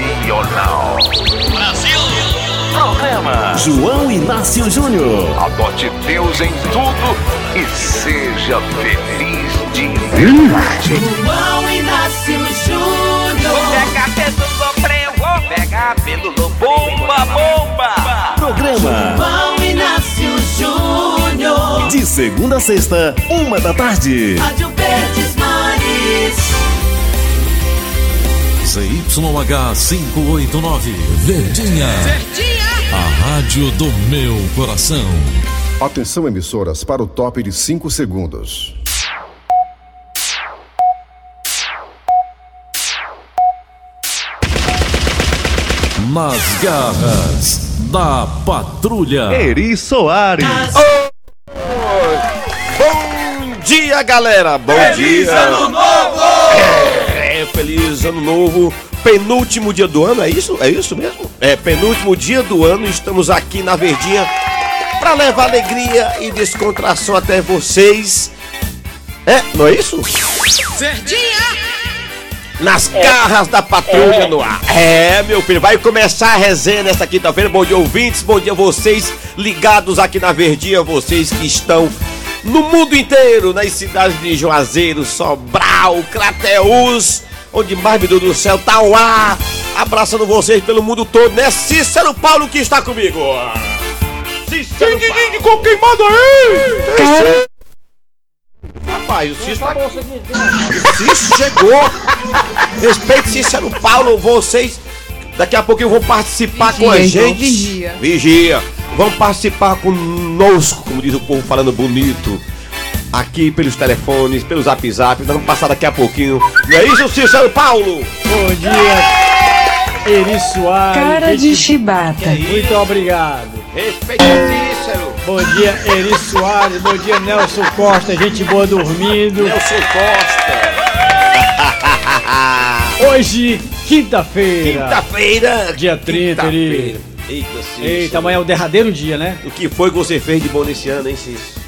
Nacional. Brasil. Programa João Inácio Júnior. Adote Deus em tudo e seja feliz de verdade. João Inácio Júnior. Pega pêndulo frevo, pega pêndulo bomba, bomba. Programa João Inácio Júnior. de segunda a sexta, uma da tarde. Rádio Verdes Mares. ZYH 589, Verdinha. A rádio do meu coração. Atenção emissoras para o top de 5 segundos. Nas garras da patrulha. Eri Soares. Bom dia, galera! Bom dia! Feliz ano novo! É, feliz ano novo! Penúltimo dia do ano, é isso? É isso mesmo? É, penúltimo dia do ano, estamos aqui na Verdinha para levar alegria e descontração até vocês. É, não é isso? Nas garras da patrulha no ar. É, meu filho, vai começar a resenha nesta quinta-feira. Bom dia, ouvintes. Bom dia, vocês ligados aqui na Verdinha. Vocês que estão no mundo inteiro, nas cidades de Juazeiro, Sobral, Crateús, onde mais, meu Deus do céu, tá o ar. Abraçando vocês pelo mundo todo, né? Cícero Paulo que está comigo. Cícero Paulo. Com quem manda aí? Rapaz, o Cícero tá Cício chegou. Respeite Cícero Paulo, vocês. Daqui a pouco eu vou participar com a gente. vigia. Vigia. Vão participar conosco, como diz o povo falando bonito. Aqui pelos telefones, pelo zap zap. Nós vamos passar daqui a pouquinho. E é isso, Cícero Paulo. Bom dia, Eri Soares. Cara de chibata. Muito obrigado. Respeite Cícero. Bom dia, Eri Soares. Bom dia, Nelson Costa. Gente boa dormindo. Nelson Costa. Hoje, quinta-feira. Quinta-feira. Dia 30, Quinta-feira. Eri. Eita, Cícero. Eita, amanhã é o derradeiro dia, né? O que foi que você fez de bom nesse ano, hein, Cícero?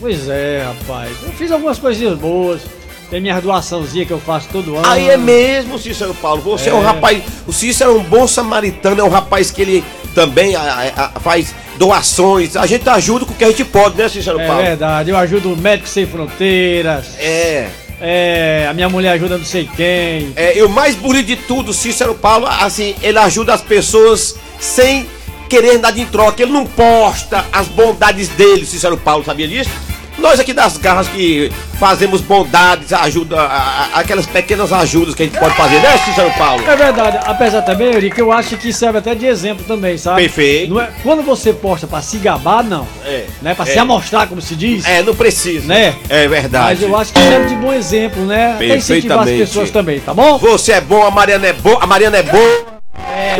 Pois é, rapaz. Eu fiz algumas coisinhas boas. Tem minha doaçãozinha que eu faço todo ano. Aí é mesmo, Cícero Paulo. Você é, um É. rapaz. O Cícero é um bom samaritano, é um rapaz que ele também a- a- a- faz doações. A gente ajuda com o que a gente pode, né, Cícero É Paulo? verdade, eu ajudo o Médico Sem Fronteiras, É. é, a minha mulher ajuda não sei quem. É, e o mais bonito de tudo, Cícero Paulo, assim, ele ajuda as pessoas sem querer nada em troca. Ele não posta as bondades dele, Cícero Paulo, sabia disso? Nós aqui das garras que fazemos bondades, ajuda, a- a- aquelas pequenas ajudas que a gente pode fazer, né, Cícero Paulo? É verdade, apesar também, Eurico, eu acho que serve até de exemplo também, sabe? Perfeito. Não é- quando você posta pra se gabar, não. É. Né? Pra É. se amostrar, como se diz. É, não precisa. Né? É verdade. Mas eu acho que serve de bom exemplo, né? Até incentivar as Perfeitamente. pessoas também, tá bom? Você é bom, a Mariana é boa, a Mariana é boa.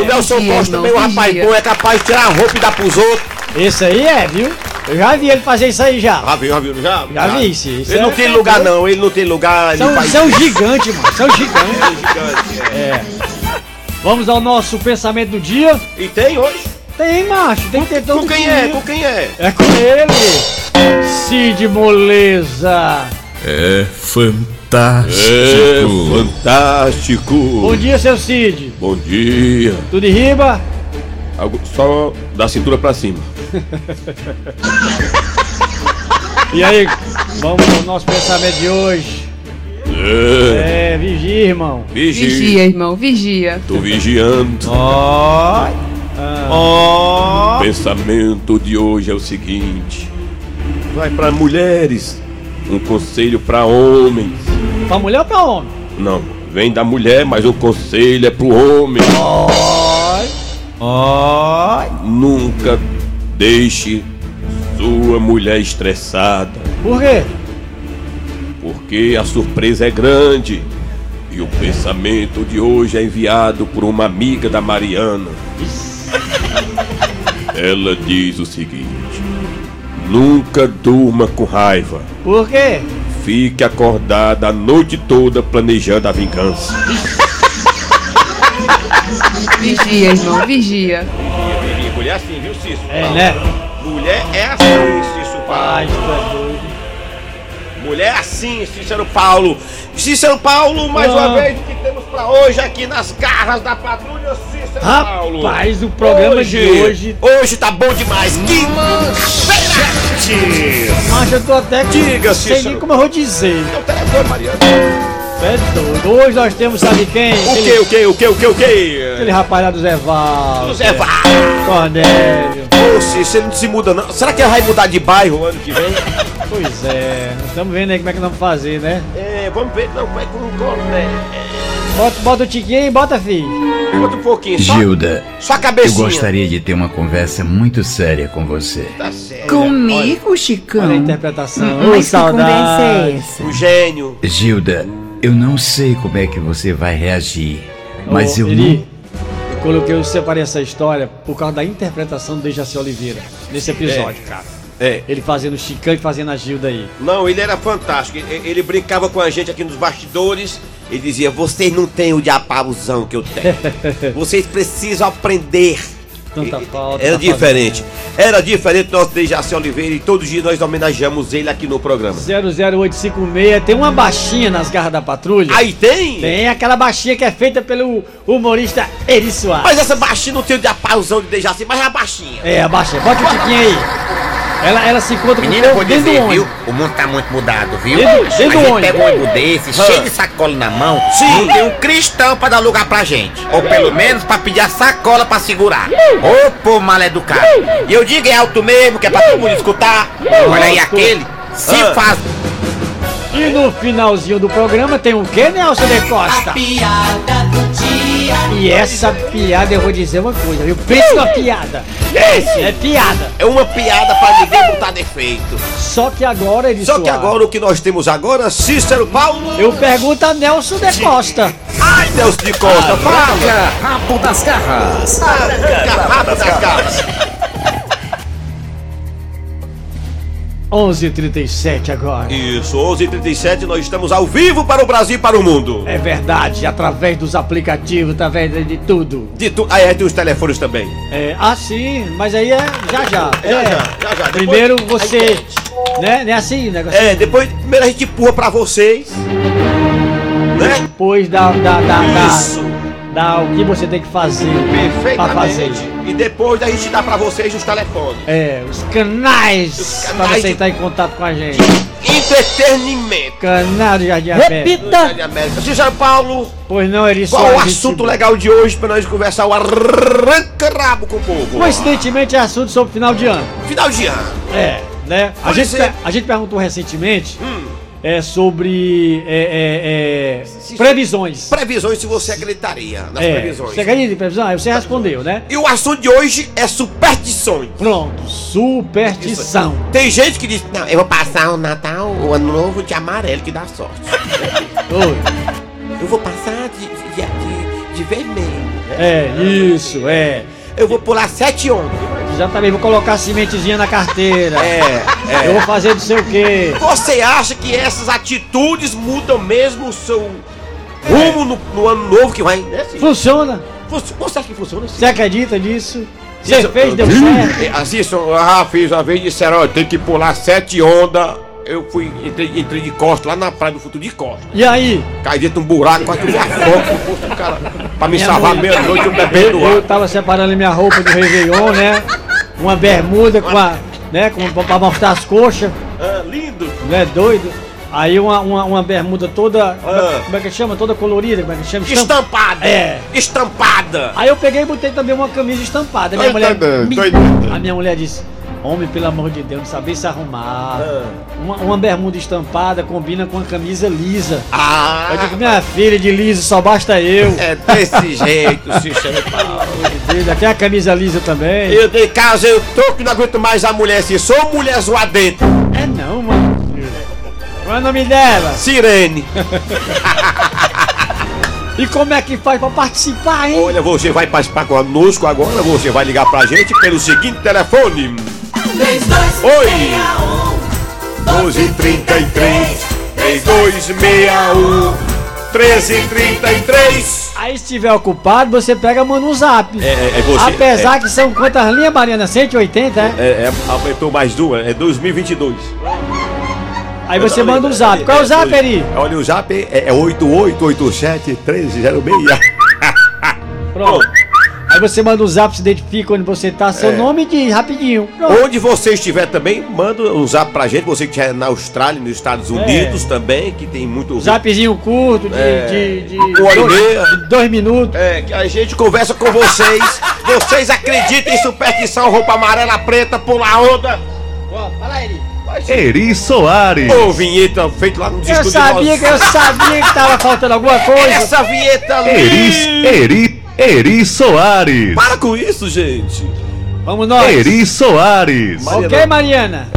o Nelson vigia, Costa também, o irmão, rapaz vigia. bom, é capaz de tirar a roupa e dar pros outros. Esse aí é, viu? Eu já vi ele fazer isso aí já. Já viu, já viu, já? Já vi, sim. Isso Ele não é- tem lugar, não, ele não tem lugar. São, ele faz- É um são gigantes, é um mano. São gigantes. gigante. É. Vamos ao nosso pensamento do dia. é. E tem hoje? Tem, macho. Tem que ter todo Com quem é? Com quem é? É com ele. Cid Moleza. É fantástico. É fantástico. Bom dia, seu Cid. Bom dia. Tudo em riba? Só da cintura pra cima. E aí, vamos ao nosso pensamento de hoje. É, vigia, irmão. Vigia, irmão, vigia. Tô vigiando. Ó. O pensamento de hoje é o seguinte: vai para mulheres, um conselho para homens. Pra mulher ou pra homem? Não, vem da mulher, mas o conselho é pro homem. Nunca deixe sua mulher estressada, Por quê? porque a surpresa é grande. E o pensamento de hoje é enviado por uma amiga da Mariana. Ela diz o seguinte: Nunca durma com raiva. Por quê? Fique acordada a noite toda planejando a vingança. Vigia, irmão, vigia. Mulher é assim, viu, Cício? É, né? Mulher é assim, Cício Paulo. Ai, tu é doido. Mulher assim, Cícero Paulo. Cícero Paulo, mais uma Ah. vez, o que temos pra hoje aqui nas garras da patrulha, Cícero Paulo? Rapaz, o programa de hoje. Hoje tá bom demais. Quinta-feira! Mas eu tô até que. Diga, sei Cícero. nem como eu vou dizer. O telefone, Mariana. É doido. Hoje nós temos, sabe quem? O Aquele- que, o que, o que, o que, o que? Aquele rapaz lá do Zé Val. José Vá. Cornélio. Ô, Cícero, não se muda não. Será que ele vai mudar de bairro ano que vem? Pois é, nós estamos vendo aí como é que nós vamos fazer, né? É, vamos ver. Não, vai com o nome, né? Bota, bota o tiquinho aí, bota, filho. Conta um pouquinho. Só, Gilda, só a eu cabecinha. gostaria de ter uma conversa muito séria com você. Tá certo. Comigo, Olha a Chicão. interpretação. Ô, Mas que conversa é saudade. essa? O gênio. Gilda, eu não sei como é que você vai reagir, mas Ô, eu Eri, não. Eu coloquei, eu separei essa história por causa da interpretação do Dejaci Oliveira nesse episódio, cara. É. Ele fazendo o Chicão e fazendo a Gilda aí. Não, ele era fantástico. Ele, ele brincava com a gente aqui nos bastidores. Ele dizia: Vocês não têm o diapabuzão que eu tenho. Vocês precisam aprender. Tanta E- falta, Era tá diferente. Era diferente do nosso Dejaci Oliveira e todos os dias nós homenageamos ele aqui no programa. 00856, tem uma baixinha nas garras da patrulha. Aí tem? Tem aquela baixinha que é feita pelo humorista Eri Soares. Mas essa baixinha não tem o diapabuzão de Dejaci, mas é a baixinha. É, a baixinha, bota o tiquinho aí. Ela, ela se encontra Menina, eu com vou o povo dizer, dentro do viu? ônibus. O mundo tá muito mudado, viu? Dentro- dentro do a gente ônibus. pega um ônibus desse, cheio de sacola na mão, Sim. não tem um cristão pra dar lugar pra gente. Ou pelo menos pra pedir a sacola pra segurar. Ô, pô, mal educado. E eu digo é alto mesmo, que é pra todo mundo escutar. Olha aí aquele, se Ah. faz E no finalzinho do programa tem o que, Nelson de A Costa? piada do dia. E essa piada eu vou dizer uma coisa, viu? Pensa numa piada. Esse É piada. é uma piada pra ninguém tá botar defeito. Só que agora ele Só que agora o que nós temos agora, Cícero Paulo. eu pergunto a Nelson de Costa. Ai, Deus de Costa, fala! Rabo das garras. Garrafa das garras. 11:37 agora. Isso, 11h37, nós estamos ao vivo para o Brasil e para o mundo. É verdade, através dos aplicativos, através de tudo. De tu... Ah, é, tem os telefones também. É, ah, sim, mas aí é já já. Já, É. já, já, já. Depois- Primeiro Aí você. Né? Não é assim o negócio? É, depois, primeiro a gente empurra pra vocês. Né? Depois da. da, da, Isso. da, da o que você tem que fazer. Pra fazer. Perfeitamente. E depois a gente dá pra vocês os telefones. É, os canais, Os pra canais você de- entrar em contato com a gente. Entretenimento. Canal do Jardim América. Repita! América. Cícero Paulo, Pois não, Eri qual é Soares, o gente assunto boa. legal de hoje pra nós conversar o arranca-rabo com o povo? Coincidentemente é assunto sobre final de ano. Final de ano. É, né? A, Pode gente, ser. per- a gente perguntou recentemente Hum, é, sobre é, é, é, Se- previsões. previsões, se você acreditaria nas É, previsões. Você acredita em previsão? Aí você respondeu, né? E o assunto de hoje é superstições. Pronto, superstição. Tem gente que diz, não, eu vou passar o Natal, o Ano Novo de amarelo que dá sorte. Oi. Eu vou passar de, de, de- de vermelho. É, isso, é. Eu vou pular sete ondas. Exatamente, vou colocar a sementezinha na carteira. É, Eu vou fazer não sei o quê. Você acha que essas atitudes mudam mesmo o seu rumo no, no Ano Novo que vai? né, Cícero? Funciona. Você você acha que funciona assim? Você acredita nisso? Você Isso- fez, deu certo. É, Assim, eu ah, fiz uma vez e disseram, ó, tem que pular sete ondas. Eu fui, entrei, entrei de costa lá na praia do futuro de costa. E aí? Caí dentro de um buraco, quase que eu foco, o cara, pra me salvar Meia-noite. meia-noite, um eu bebendo Eu, eu água. tava separando minha roupa do Réveillon, né? Uma bermuda com a. né? Com, pra- pra mostrar as coxas, Ah, lindo. não é doido? Aí uma, uma, uma bermuda toda. como é- Ah. Como é que chama? Toda colorida, como é que chama? Estampa- Estampada. É. Estampada. Aí eu peguei e botei também uma camisa estampada. Minha mulher, entendendo, me- tô entendendo. a minha mulher disse: Homem, pelo amor de Deus, não saber se arrumar. Ah. Uma, uma bermuda estampada combina com uma camisa lisa. Ah. Eu digo, minha filha de liso, só basta eu. É desse jeito, Cícero Paulo. Ainda tem a camisa lisa também. Eu de casa, eu tô que não aguento mais a mulher assim. Sou mulher zoar dentro. É não, mano. Qual é o nome dela? Sirene. E como é que faz pra participar, hein? Olha, você vai participar conosco agora. Você vai ligar pra gente pelo seguinte telefone: 3, 2, Oi. 1233 3261 1333. Aí se estiver ocupado, você pega manda um zap. É, é você. Apesar que são quantas linhas, Mariana? 180, é? É, é, aumentou mais duas, é 2022. Aí você manda um zap. Qual é o zap, Eri? Olha, o zap é, é 8887-1306. Pronto. Aí você manda um zap, se identifica onde você tá, seu nome e diz rapidinho. Pronto. É. Onde você estiver também, manda um zap pra gente. Você que estiver na Austrália, nos Estados Unidos também, que tem muito. É. Um Zapzinho curto, de. É. de, de- Uma hora e meia. de dois minutos. É, que a gente conversa com vocês. vocês acreditam em superstição, roupa amarela, preta, pula onda. Fala, Eri. Eri Soares. Ô, vinheta feito lá no disco Eu sabia que eu sabia que tava faltando alguma coisa. Essa vinheta é Eri, Eri, Eri Soares. Para com isso, gente. Vamos nós. Eri Soares. Ok, Mariana.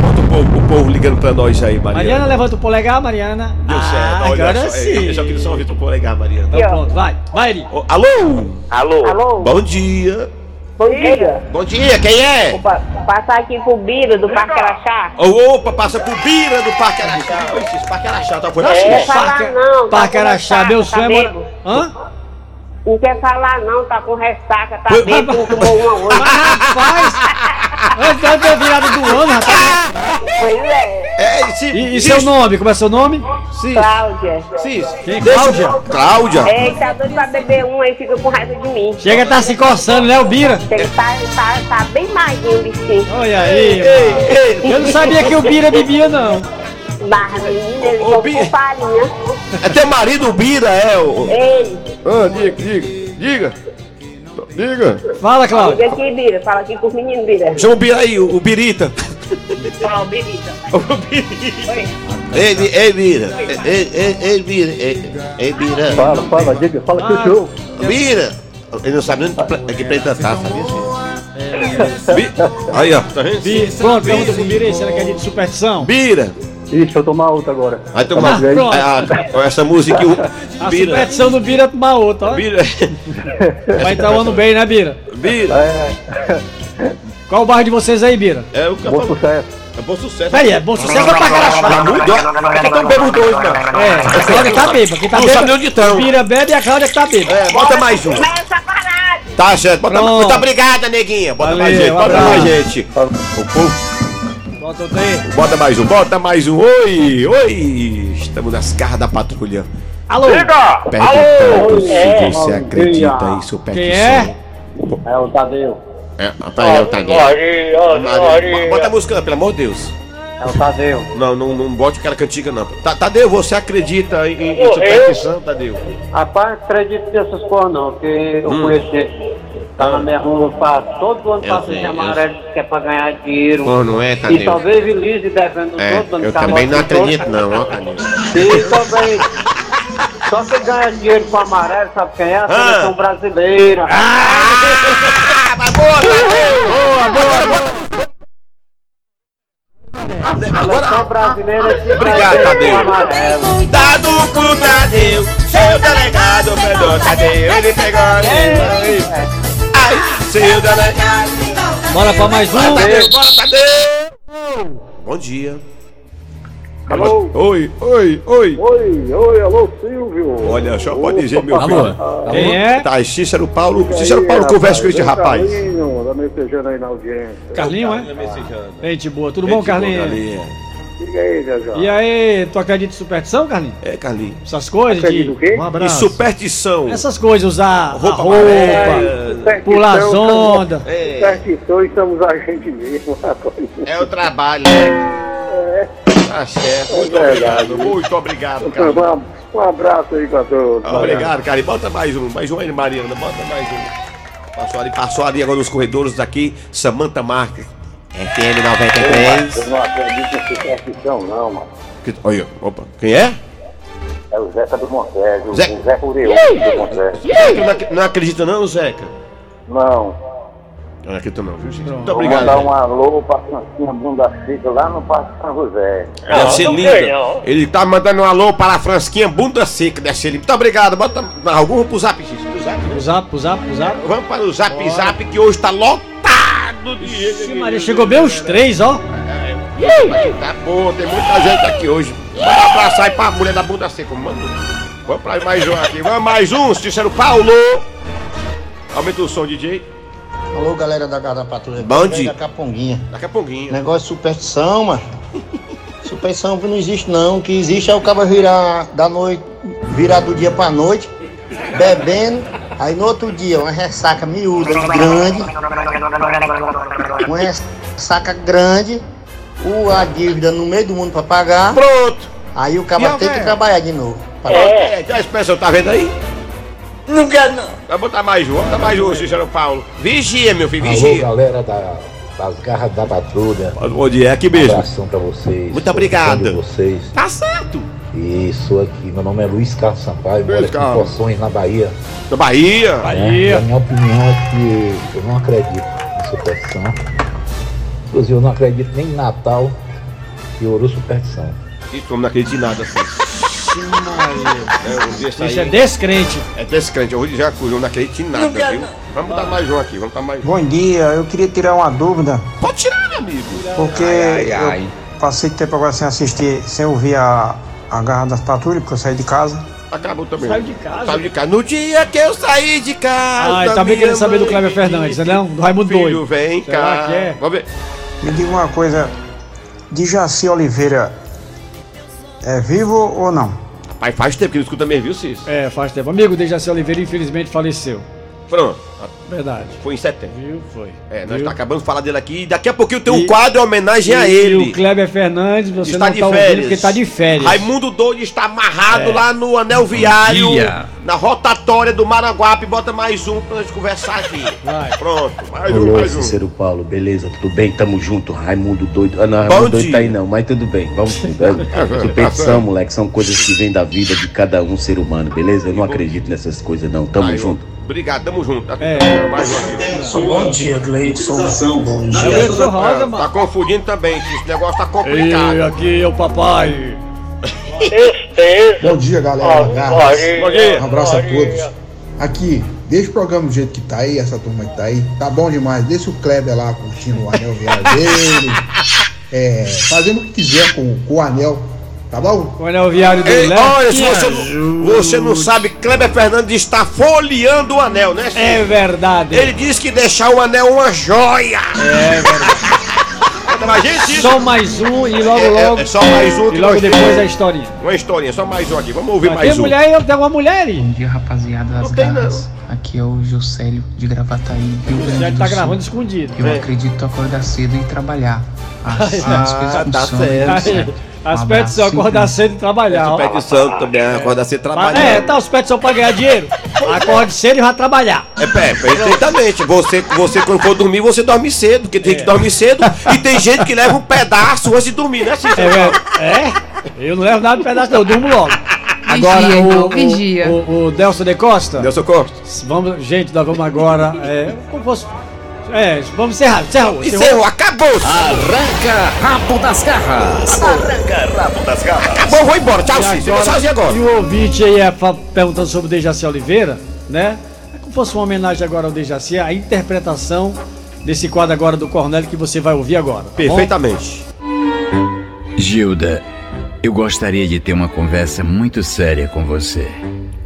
Bota o povo, o povo ligando pra nós aí, Mariana. Mariana, levanta o polegar, Mariana. Deu certo. Ah, Olha agora só, é, sim. Eu só queria só ouvir teu polegar, Mariana. Então pronto, vai. Vai, Eri. Ô, Alô? Alô? Alô? Bom dia. Bom dia. Bom dia, quem é? Opa, passar aqui pro Bira do Parque Araxá. Ô, opa, passa pro Bira do Parque Araxá. Oi, esse Parque Araxá, tá por Não quer aqui? falar não. tá Parque com Araxá, ressaca, meu sonho é bêbado. Hã? Não quer falar não, tá com ressaca, tá Mas- bem, não tomou uma hoje. Rapaz! Antes da minha virada do ano, rapaz. Pois é. É, esse, E, e seu nome? Como é seu nome? Cláudia. Cis. Quem? Deixa- Cláudia? Cláudia. É, ele tá doido pra beber um aí, fica com raiva de mim. Chega, tá se coçando, né, o Bira? Ele tá, ele tá, tá bem magrinho, o bichinho. Olha aí, mano. Eu não sabia que o Bira bebia, não. Barra, menina, ele ficou com farinha. É teu marido, o Bira, é o. Ei, Ah, diga, diga, diga. Diga. Fala, Cláudia. liga aqui, Bira. Fala aqui com os meninos, Bira. Chama o Bira aí, o o Birita. Ó, bebida. Ei, Bi- ei, Bira. Ei, ei, ei, Bira. Ei, ei, Bira. Fala, fala, diga, fala que show. Bira. Ele não sabe nem que pre- que preta tá, sabia? Bi- Aí, ó. Tá vendo? Bi- Pronto, pergunta pro Bira aí, será que é de superstição? Bira. Ixi, eu tomar outra agora. Aí tem uma. Ah, pronto. Ah, ah, essa música. A Bira. superstição do Bira é tomar outra, ó. Bira. Vai entrar o ano bem, né, Bira? Bira. Qual o bairro de vocês aí, Bira? É o Bom sucesso. É bom sucesso. Aí, é bom sucesso pra Tá caralho. muito ó. É que um tão bêbado os dois, mano. É, a Cláudia tá bêbada. Quem tá Não sabe nem bêbada? onde estão. O Bira bebe e a Cláudia que tá bêbada. É, bota mais um. Começa a parar. Tá, gente. Bota, Pronto. muito obrigada, neguinha. Bota mais Valeu, gente, bota abraço. mais gente. O povo- Bota outra aí. Bota mais um, bota mais um. Oi, oi. Estamos nas carras da patrulha. Alô? Perguntando se É, você bom acredita dia. em superstição. Quem é? É o Tadeu. É, rapaz, é o Tadeu. Maria. Bota a música, pelo amor de Deus. É o Tadeu. Não, não, não bote aquela cantiga, não. Ta- Tadeu, você acredita em, em- em Eu- superstição, Tadeu? Rapaz, acredito nessas coisas não, porque eu Hum. conheci ele. Tá na minha rua, faz todo ano Eu passa sei, de eu amarelo, que é pra ganhar dinheiro. Pô, não é, Tadeu? E talvez Elise devendo É, todo ano. eu tá também não botando todo- acredito, não, ó, Tadeu. E também. Só que ganha dinheiro com amarelo, sabe quem é? Ah. A seleção brasileira. Ah, Boa, boa, boa. a seleção brasileira que Obrigado, ganha dinheiro Tadeu. com amarelo. Dado pro Tadeu, seu delegado pegou Tadeu, ele pegou ele. Ai, seu delegado. Bora pra mais um. Bora, Tadeu, bora, Tadeu. Bom dia. Alô? Oi, oi, oi. Oi, oi, alô Silvio. Olha, só pode dizer, meu Alô? filho. Quem é? Tá, Cícero Paulo. Cícero Paulo, conversa com esse rapaz. Carlinho, tá mexendo aí na audiência. Carlinho, é? Gente boa, tudo bom, Carlinho? Diga aí, já já. E aí, tu acredita em superstição, Carlinho? Tá. É, Carlinho. Essas coisas de... Acredita o quê? Um E abraço. superstição. Essas coisas, usar roupa, Roupa a roupa amarela. Superstição, pular as estamos- ondas. É. Superstições somos a gente mesmo. É o trabalho. Tá certo. Muito É obrigado. Muito obrigado, Carlinho. Um abraço aí pra todos. Ah, Obrigado, cara. E bota mais um, mais um aí, Mariana. Bota mais um. Passou ali, passou ali agora nos corredores daqui, Samanta Marques. FM Eu 93. não acredito em superstição, não, mano. Que- é- Olha, opa. Quem é? É o Zeca do Montejo, o Zé- Zé Curioso do Montejo. Tu não, ac- não acredita não, Zeca? Não. Eu Não acredito não, viu, gente? Muito Vou obrigado. mandar gente. um alô pra Francinha Bunda Chica lá no Parque São José. É, Deve ser linda. Ele tá mandando um alô para a Fransquinha Bunda Seca, deve ser linda. Muito obrigado. Bota algum pro zap, gente. Pro zap, né? Usar, usar, usar. Vamos para o zap zap que hoje tá lotado de gente. Maria, chegou bem os três, ó. Tá bom, tem muita gente aqui hoje. Bora abraçar aí pra mulher da bunda seca, mano. Vamos pra mais um aqui. Vamos mais um, Cícero Paulo. Aumenta o som, DJ. Alô, galera da Garda Patrulha. Bom dia. Da Caponguinha. Daqui a pouquinho. Negócio de superstição, mano. Suspensão não existe não, o que existe é o cabo virar da noite, virar do dia pra noite, bebendo, aí no outro dia uma ressaca miúda, grande, uma ressaca grande, o, a dívida no meio do mundo pra pagar. Pronto! Aí o cabo E a tem que véia? trabalhar de novo. É, é, a expressão, tá vendo aí? Não quero não. Vai botar mais um, bota mais um, Cícero Paulo. Vigia, meu filho, Alô, vigia. galera da, das garras da patrulha. Bom dia, é? aqui mesmo. Um abração pra vocês. Muito obrigado. Saudade de vocês. Tá certo. Isso aqui, meu nome é Luiz Carlos Sampaio, moro Luiz aqui em Carlos. Poções, na Bahia. Da Bahia. É, a minha opinião é que eu não acredito em superstição. Inclusive, eu não acredito nem em Natal e Ouro Superstição. Isso, eu não acredito em nada assim. É, eu vi Isso é descrente. É descrente, eu vou dizer a coisa, eu não acredito em nada, Não quero viu? Vamos botar mais um aqui, vamos botar mais um. Bom dia, eu queria tirar uma dúvida, Pode tirar, meu amigo. porque Ai, ai, ai. eu passei tempo agora sem assistir, sem ouvir a, a garra das patrulhas, porque eu saí de casa. Acabou também. Saiu de casa? tá Saiu de casa. No dia que eu saí de casa. Ah, ele também minha querendo saber do mãe Cleber Fernandes, né? não? Do Raimundo Filho, Doido. vem Será cá. que é? Vamos ver. Me diga uma coisa, de Jaci Oliveira, é vivo ou não? Pai, faz tempo que não escuta mesmo, viu, Cícero? É, faz tempo. Amigo de Jaci Oliveira, infelizmente, faleceu. Pronto. Verdade. Foi em setembro. Viu? Foi. É, nós Viu? tá acabando de falar dele aqui e daqui a pouquinho tem um quadro em homenagem a e- ele. E o Kleber Fernandes, você Está não de tá ouvindo férias. porque tá de férias. Raimundo Doido está amarrado É. lá no anel viário, dia. na rotatória do Maraguape. Bota mais um pra gente conversar aqui. Pronto, mais um, Alô, mais um. Cícero Paulo, beleza? Tudo bem? Tamo junto. Raimundo é doido. Ah, não, Raimundo doido tá aí não, mas tudo bem. Vamos. É, velho, Superstição, tá moleque, são coisas que vêm da vida de cada um ser humano, beleza? Eu não acredito nessas coisas, não. Tamo Aí, junto. Obrigado, tamo junto. É. Mais um aqui. Bom dia, Gleidson. um Bom Tá, dia. tá, tá confundindo também, que esse negócio tá complicado. Ei, aqui é o papai. Bom dia, galera. Garras. Bom dia. Um abraço a Bom todos. Aqui, deixa o programa do jeito que tá aí, essa turma que tá aí. Tá bom demais. Deixa o Kleber lá curtindo o anel viário dele. É, fazendo o que quiser com, com o anel. Tá bom? O anel viário né? Ei, olha, se você, não- você não sabe, Kleber Fernandes está folheando o anel, né? É verdade. Ele disse que deixar o anel é uma joia. É verdade. Imagina isso. Só mais um e logo, É, é, logo. é só mais um E que logo nós depois temos. a historinha. Uma historinha, só mais um aqui. Vamos ouvir Mas mais tem um. é mulher aí, tem uma mulher aí. Bom dia, rapaziada das Não tem, garras. Aqui é o Juscelio de Gravataí, Rio O Grande Sérgio do tá Sul. gravando escondido. né? Eu acredito em acordar cedo e trabalhar. Assim Ah, as coisas tá funcionam. Um certo. As pets são acordar cedo e trabalhar. ó. Petição também, acorda cedo Mas, trabalhar. é, tá, os pets são pra ganhar dinheiro. Acorde cedo e vai trabalhar. É, pé, perfeitamente. Você, você, quando for dormir, você dorme cedo, porque tem gente É. que dorme cedo e tem gente que leva um pedaço antes de dormir, né, Cícero? É? Eu não levo nada de pedaço, não, eu durmo logo. Agora, Vigia, o, então, irmão, o, vigia. O, o Delson de Costa. Delson Costa. Vamos, gente, nós vamos agora. É, como fosse- um- é, vamos encerrar, encerrou. Encerrou, acabou. Arranca rabo das garras. Arranca rabo das garras. Acabou, vou embora. Tchau, E Cícero. Tchau, e agora? E o ouvinte aí é fa- perguntando sobre o Dejaci Oliveira, né? É como fosse uma homenagem agora ao Dejaci, a interpretação desse quadro agora do Cornélio que você vai ouvir agora. tá bom? Perfeitamente. Gilda, eu gostaria de ter uma conversa muito séria com você.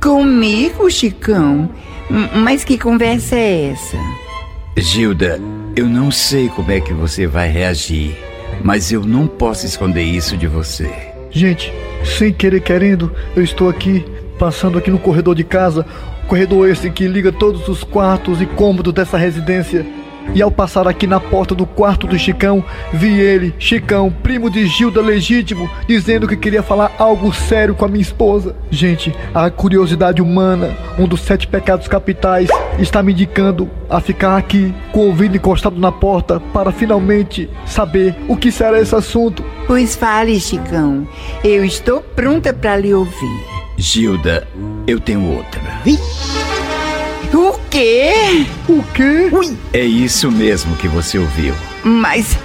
Comigo, Chicão? M- Mas que conversa é essa? Gilda, eu não sei como é que você vai reagir, mas eu não posso esconder isso de você. Gente, sem querer querendo, eu estou aqui, passando aqui no corredor de casa, corredor esse que liga todos os quartos e cômodos dessa residência. E ao passar aqui na porta do quarto do Chicão, vi ele, Chicão, primo de Gilda legítimo, dizendo que queria falar algo sério com a minha esposa. Gente, a curiosidade humana, um dos sete pecados capitais, está me indicando a ficar aqui, com o ouvido encostado na porta, para finalmente saber o que será esse assunto. Pois fale, Chicão. Eu estou pronta pra lhe ouvir. Gilda, eu tenho outra. O quê? O quê? É isso mesmo que você ouviu. Mas.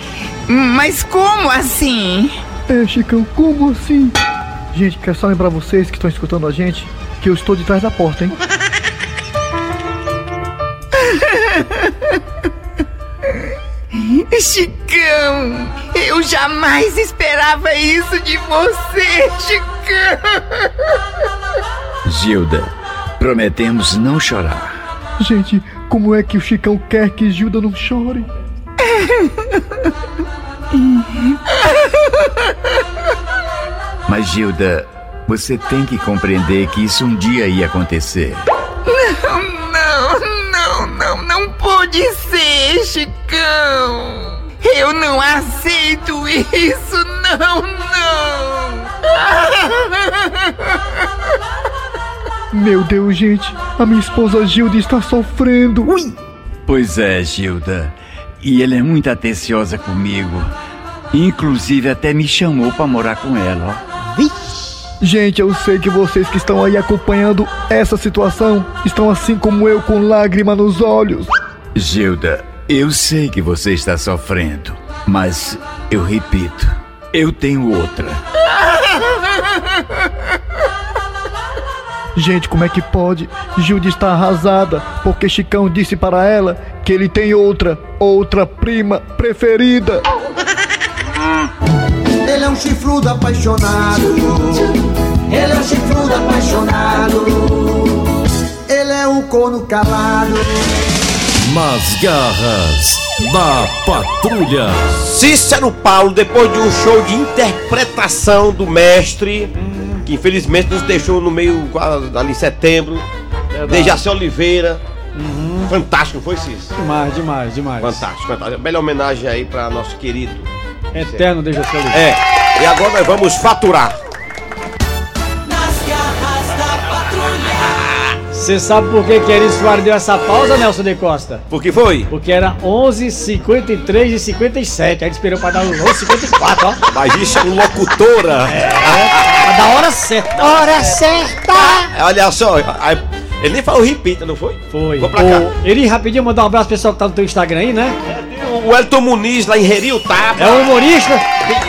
Mas como assim? É, Chicão, como assim? Gente, quero só lembrar vocês que estão escutando a gente que eu estou de trás da porta, hein? Chicão, eu jamais esperava isso de você, Chicão. Gilda, prometemos não chorar. Gente, como é que o Chicão quer que Gilda não chore? Mas, Gilda, você tem que compreender que isso um dia ia acontecer. Não, não, não, não, não pode ser, Chicão. Eu não aceito isso, não, não. Meu Deus, gente, a minha esposa Gilda está sofrendo. Ui! Pois é, Gilda. E ela é muito atenciosa comigo. Inclusive até me chamou pra morar com ela, ó. Gente, eu sei que vocês que estão aí acompanhando essa situação estão assim como eu, com lágrima nos olhos. Gilda, eu sei que você está sofrendo, mas eu repito, eu tenho outra. Gente, como é que pode? Gilda está arrasada porque Chicão disse para ela que ele tem outra, outra prima preferida. Ele é um chifrudo apaixonado. Ele é um chifrudo apaixonado. Ele é um corno calado. Nas garras da patrulha. Cícero Paulo, depois de um show de interpretação do mestre, que infelizmente nos deixou no meio, quase ali em setembro. Dejaci Oliveira. Fantástico, não foi Cícero? Uhum. Demais, demais, demais. Fantástico, fantástico. Bela homenagem aí para nosso querido. Eterno Dejaci Oliveira. É. E agora nós vamos faturar. Você sabe por que que Eri Soares deu essa pausa, Nelson de Costa? Por que foi? Porque era 11, 53 e 57. Aí ele esperou pra dar um os 11, 54, ó. Mas isso é um locutora. É, da hora certa. Hora certa. É, Olha só, aí- ele nem falou repita, não foi? Foi. Vou pra cá. Ô, Eri, rapidinho, mandar um abraço pro pessoal que tá no teu Instagram aí, né? O Elton Muniz lá em Reri, Tapa. É um humorista?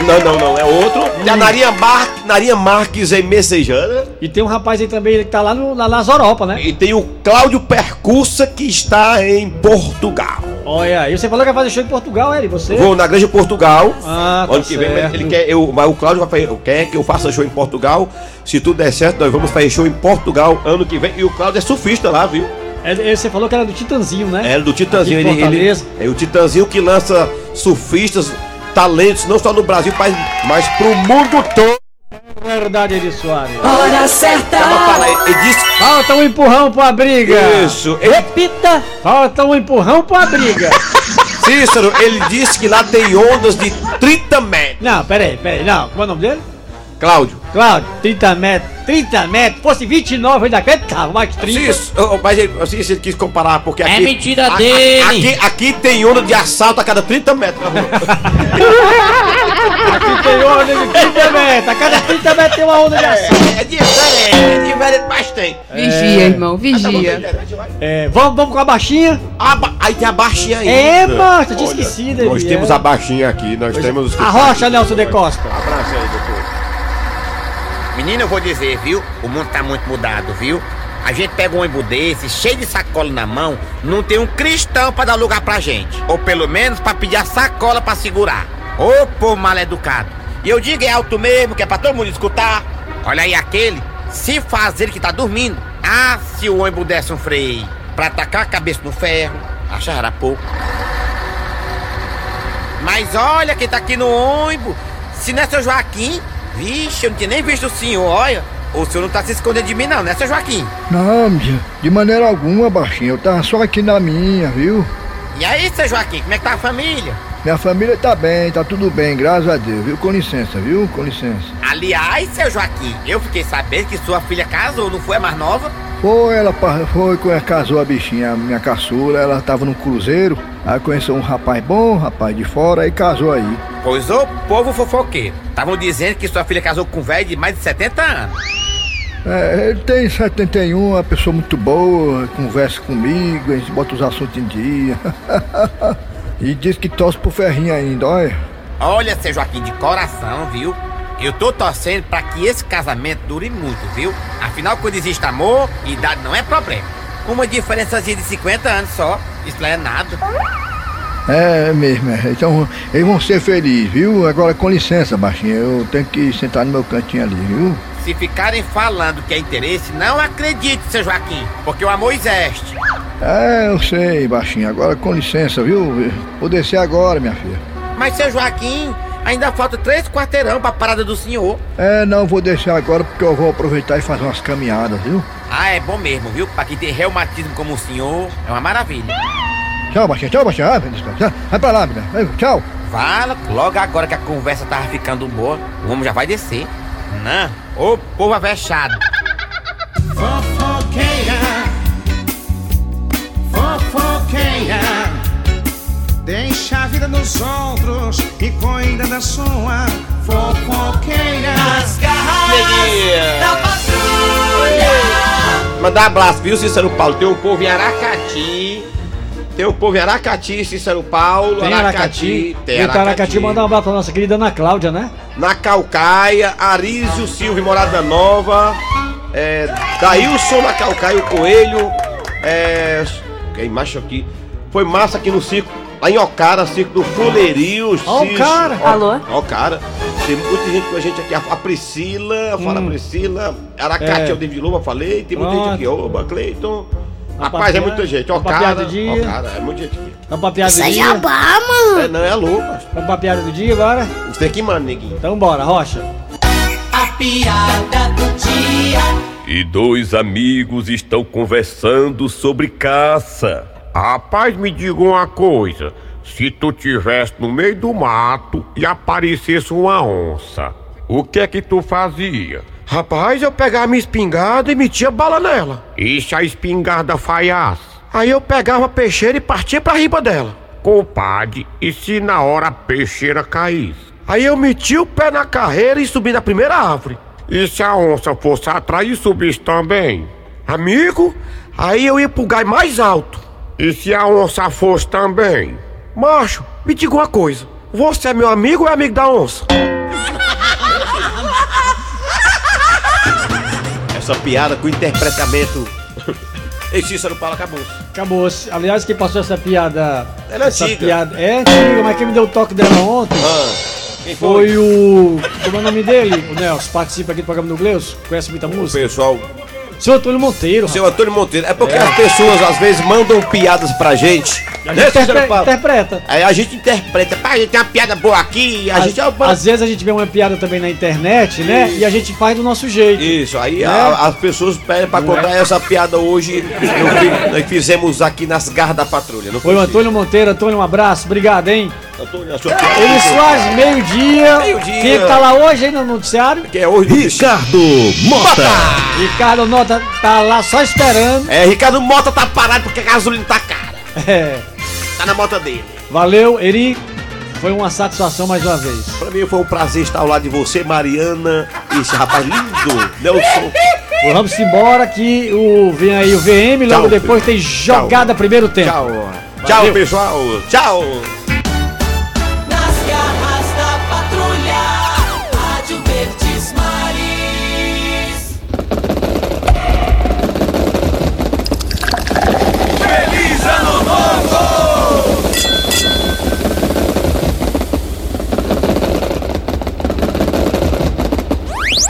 Não, não, não, é outro. Hum. Tem a Narinha, Mar... Narinha Marques em Messejana. E tem um rapaz aí também que tá lá no, na, nas Europa, né? E tem o Cláudio Percursa que está em Portugal. Olha, aí, você falou que vai fazer show em Portugal, Eri, você? Vou na Grande Portugal. Ah, tá ano que vem, mas certo. ele quer, eu, mas o Cláudio vai fazer- eu quer que eu faça show em Portugal. Se tudo der certo, nós vamos fazer show em Portugal ano que vem. E o Cláudio é surfista lá, viu? É, é, você falou que era do Titanzinho, né? É do Titanzinho, Aqui em ele, ele Fortaleza. é o Titanzinho que lança surfistas, talentos, não só no Brasil, mas, mas pro mundo todo. Verdade, Eri Soares. Hora certa. Ele disse Falta um empurrão pra briga. Isso. Repita. Falta um empurrão pra briga. Cícero, ele disse que lá tem ondas de 30 metros. Não, peraí, peraí. Não, como é o nome dele? Cláudio. Cláudio, 30 metros. 30 metros. Fosse 29, eu ainda Tá, acreditava. Mais 30. Cícero, oh, mas ele, oh, Cícero, ele quis comparar, porque aqui... É mentira a- a- dele. Aqui, aqui tem onda de assalto a cada 30 metros. na rua. Aqui tem onda de 30 metros. A cada 30 metros tem uma onda de assalto. É diferente, é diferente, mas tem. tá Vigia, irmão, vigia. É, vamos, vamos com a baixinha? aí tem a baixinha ainda. É, mano, eu tinha Olha, esquecido. Eli, Nós é. temos a baixinha aqui, nós temos... A rocha, Nelson de Costa. Abraço aí, doutor. Menino, eu vou dizer, viu? O mundo tá muito mudado, viu? A gente pega um ônibus desse, cheio de sacola na mão, não tem um cristão pra dar lugar pra gente. Ou pelo menos pra pedir a sacola pra segurar. Ô, povo mal educado. E eu digo é alto mesmo, que é pra todo mundo escutar. Olha aí aquele, se fazer que tá dormindo. Ah, se o ônibus desse um freio pra atacar a cabeça no ferro, achará pouco. Mas olha quem tá aqui no ônibus. Se não é seu Joaquim, vixe, eu não tinha nem visto o senhor, olha. O senhor não tá se escondendo de mim, não, né, seu Joaquim? Não, minha, de maneira alguma, baixinho. Eu tava só aqui na minha, viu? E aí, seu Joaquim, como é que tá a família? Minha família tá bem, tá tudo bem, graças a Deus, viu? Com licença, viu? Com licença. Aliás, seu Joaquim, eu fiquei sabendo que sua filha casou, não foi a mais nova? Foi, ela pa- foi, quando ela casou a bichinha, a minha caçula, ela tava num cruzeiro, aí conheceu um rapaz bom, um rapaz de fora, aí casou aí. Pois o povo fofoqueiro. Estavam dizendo que sua filha casou com um velho de mais de 70 anos. É, ele tem 71, uma pessoa muito boa, conversa comigo, a gente bota os assuntos em dia. e diz que torce pro ferrinho ainda, olha. Olha, seu Joaquim, de coração, viu? Eu tô torcendo pra que esse casamento dure muito, viu? Afinal, quando existe amor, idade não é problema. Uma diferençazinha de 50 anos só, isso não é nada. É mesmo, é. então eles vão ser felizes, viu? Agora com licença, baixinho, eu tenho que sentar no meu cantinho ali, viu? Se ficarem falando que é interesse, não acredite, seu Joaquim, porque o amor existe. É, eu sei, baixinho, agora com licença, viu? Vou descer agora, minha filha. Mas, seu Joaquim, Ainda falta três quarteirão pra parada do senhor. É, não vou deixar agora porque eu vou aproveitar e fazer umas caminhadas, viu? Ah, é bom mesmo, viu? Pra quem tem reumatismo como o senhor, é uma maravilha. Tchau, baixinha, tchau, baixinha. Ah, Vinícius, tchau. Vai pra lá, menina. Vai, Tchau. Fala logo agora que a conversa tava ficando boa. O homem já vai descer. Não, ô povo avexado. Fofoqueira, fofoqueira, deixa a vida dos outros e cuida da sua. Fofoqueira, as Neguinha. da patrulha. Mandar um abraço, viu, Cícero Paulo? Tem um povo em Aracati. Tem um povo em Aracati, Cícero Paulo. Tem Aracati. Tem Aracati. Aracati mandar um abraço pra nossa querida Ana Cláudia, né? Na Calcaia, Arísio Silva, em Morada Nova. É, Daílson na Calcaia, o Coelho. É, quem mais aqui? Foi massa aqui no circo. Lá em Ocara, circo do Fuleirio. Ó o cara. Alô? Ó o cara. Tem muita gente com a gente aqui. A, a Priscila, fala Hum. Priscila. Aracati, É. é. o David Luma, falei. Tem muita gente aqui. Oba, Cleiton. Rapaz, papiada- é muita gente. Ó, a papiada cara, do dia. ó, cara, é muita gente aqui. Tá pra piada do dia. Isso é jabá, mano. É, não, é louco. Tá pra piada do dia agora? Você que manda, neguinho. Então bora, Rocha. A piada do dia. E dois amigos estão conversando sobre caça. Rapaz, me diga uma coisa. Se tu tivesse no meio do mato e aparecesse uma onça, o que é que tu fazia? Rapaz, eu pegava minha espingarda e metia bala nela. Ixi, a espingarda falhasse. Aí eu pegava a peixeira e partia pra riba dela. Compadre, e se na hora a peixeira caísse? Aí eu meti o pé na carreira e subi na primeira árvore. E se a onça fosse atrás e subisse também? Amigo, aí eu ia pro gai mais alto. E se a onça fosse também? Macho, me diga uma coisa. Você é meu amigo ou é amigo da onça? Essa piada com interpretamento. Ei, Cícero Paulo, acabou. Acabou. Aliás, quem passou essa piada. Ela é essa antiga. piada é antiga, mas quem me deu o toque dela ontem Ah, quem foi? foi? o. Como é o nome dele? O Nelson, participa aqui do programa do Gleus, conhece muita música. pessoal. Seu Antônio Monteiro. Seu Antônio Monteiro. É porque as pessoas às vezes mandam piadas pra gente. E a gente interpre- interpreta. Aí a gente interpreta. Pá, a gente tem uma piada boa aqui. A Às- gente. é Às vezes a gente vê uma piada também na internet, né? E a gente faz do nosso jeito. Isso, aí Né? a- as pessoas pedem pra contar essa piada hoje. Eu fi- nós fizemos aqui nas garras da patrulha. Não Foi o Antônio Monteiro. Antônio, um abraço. Obrigado, hein? Antônio, a sua piada. Ele Soares, meio-dia. Meio-dia. Quem tá lá hoje, hein, no noticiário? Que é hoje Ricardo Mota. Ricardo Mota tá lá só esperando. É, Ricardo Mota tá parado porque a gasolina tá cara. É. Tá na moto dele. Valeu, Eri. Foi uma satisfação mais uma vez. Pra mim foi um prazer estar ao lado de você, Mariana. Esse rapaz lindo, Nelson. Vamos embora que o vem aí o VM, logo Tchau, depois tem jogada primeiro tempo. Tchau, Tchau, pessoal. Tchau.